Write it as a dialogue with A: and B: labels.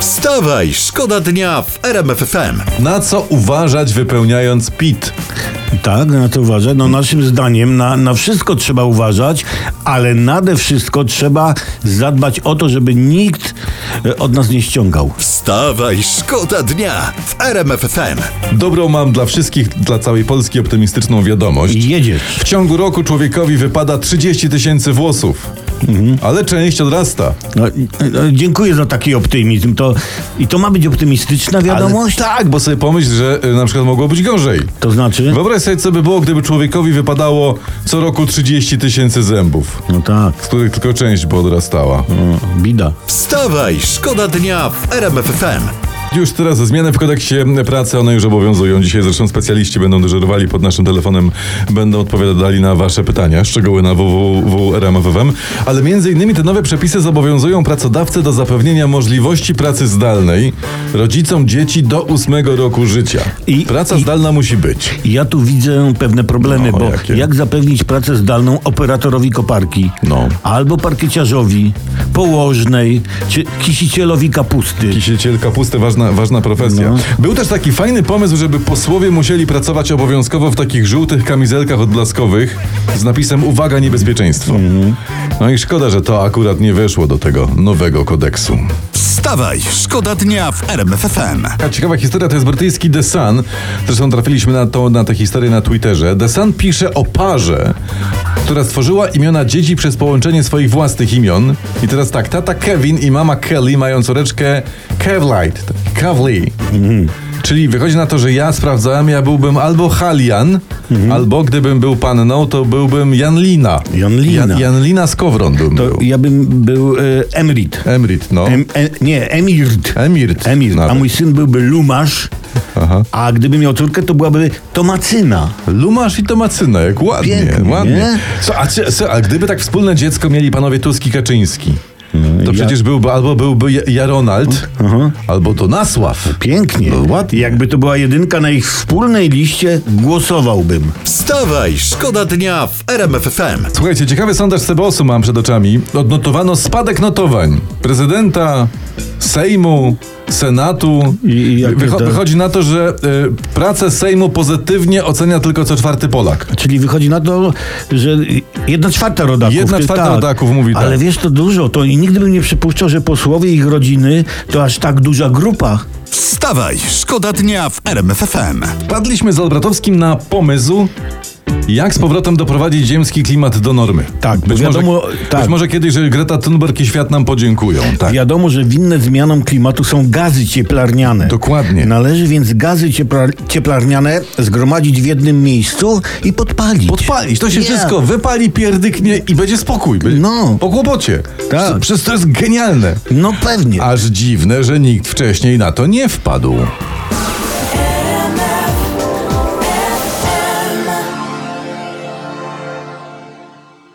A: Wstawaj, szkoda dnia w RMF FM.
B: Na co uważać wypełniając PIT?
C: Tak, na to uważać. No naszym zdaniem na, na wszystko trzeba uważać, ale nade wszystko trzeba zadbać o to, żeby nikt e, od nas nie ściągał.
A: Wstawaj, szkoda dnia w RMF FM.
B: Dobrą mam dla wszystkich, dla całej Polski optymistyczną wiadomość.
C: I jedziesz.
B: W ciągu roku człowiekowi wypada 30 tysięcy włosów, ale część odrasta.
C: No, i- no, dziękuję za taki optymizm. To, I to ma być optymistyczna wiadomość?
B: Ale tak, bo sobie pomyśl, że y, na przykład mogło być gorzej.
C: To znaczy?
B: Wyobraź sobie, co by było, gdyby człowiekowi wypadało co roku 30 tysięcy zębów,
C: No tak,
B: z których tylko część by odrastała.
C: no, bida.
A: Wstawaj, szkoda dnia w RMF FM.
B: Już teraz zmiany w kodeksie pracy, one już obowiązują. Dzisiaj zresztą specjaliści będą dyżurowali pod naszym telefonem, będą odpowiadali na wasze pytania, szczegóły na www.rmf.fm. Ale między innymi te nowe przepisy zobowiązują pracodawcę do zapewnienia możliwości pracy zdalnej rodzicom dzieci do 8 roku życia.
C: I-
B: Praca
C: i-
B: zdalna musi być.
C: Ja tu widzę pewne problemy,
B: No,
C: bo
B: jakie?
C: jak zapewnić pracę zdalną operatorowi koparki?
B: No.
C: Albo parkieciarzowi, położnej, czy kisicielowi kapusty.
B: Kisiciel kapusty, ważna, ważna profesja.
C: No.
B: Był też taki fajny pomysł, żeby posłowie musieli pracować obowiązkowo w takich żółtych kamizelkach odblaskowych z napisem Uwaga, niebezpieczeństwo. No i szkoda, że to akurat nie weszło do tego nowego kodeksu.
A: Wstawaj, szkoda dnia w RMF FM.
B: Taka ciekawa historia to jest brytyjski The Sun. Zresztą trafiliśmy na, to, na tę historię na Twitterze. The Sun pisze o parze, która stworzyła imiona dzieci przez połączenie swoich własnych imion. I teraz tak, tata Kevin i mama Kelly mają córeczkę Kevlight. Kevli.
C: Mhm.
B: Czyli wychodzi na to, że ja sprawdzałem, ja byłbym albo Halian,
C: Mhm.
B: albo gdybym był panną, to byłbym Janlina.
C: Janlina.
B: Jan, Janlina Skowron bym
C: To
B: był.
C: ja bym był e, emrit.
B: Emrit, no.
C: Em, em, nie, emirt.
B: Emirt.
C: Emir, a
B: nawet.
C: mój syn byłby Lumasz,
B: Aha.
C: a gdyby miał córkę, to byłaby Tomacyna.
B: Lumasz i Tomacyna, jak ładnie,
C: Pięknie,
B: ładnie.
C: nie?
B: Co, a, czy, co, a gdyby tak wspólne dziecko mieli panowie Tusk i Kaczyński,
C: No,
B: to przecież byłby albo byłby Ja- Jaronald, albo to Nasław.
C: Pięknie.
B: No, ładnie.
C: Jakby to była jedynka na ich wspólnej liście, głosowałbym.
A: Wstawaj, szkoda dnia w RMF FM.
B: Słuchajcie, ciekawy sondaż CBOS-u mam przed oczami. Odnotowano spadek notowań prezydenta, Sejmu, Senatu.
C: I- i jakie
B: Wycho-
C: to-
B: wychodzi na to, że y, pracę Sejmu pozytywnie ocenia tylko co czwarty Polak.
C: Czyli wychodzi na to, że jedna czwarta rodaków.
B: Jedna
C: ty-
B: czwarta rodaków mówi tak.
C: Ale wiesz, to dużo. To i nigdy bym nie przypuszczał, że posłowie i ich rodziny to aż tak duża grupa.
A: Wstawaj, szkoda dnia w RMF FM.
B: Padliśmy z Albratowskim na pomysł, jak z powrotem doprowadzić ziemski klimat do normy.
C: Tak, bo
B: być,
C: wiadomo,
B: może,
C: tak.
B: być może kiedyś że Greta Thunberg i świat nam podziękują. Tak.
C: Wiadomo, że winne zmianom klimatu są gazy cieplarniane.
B: Dokładnie.
C: Należy więc gazy ciepla- cieplarniane zgromadzić w jednym miejscu i podpalić.
B: Podpalić, to się
C: Nie.
B: wszystko wypali, pierdyknie i będzie spokój. By,
C: No.
B: Po kłopocie.
C: Tak.
B: Przez to jest genialne.
C: No pewnie.
B: Aż dziwne, że nikt wcześniej na to nie wpadł.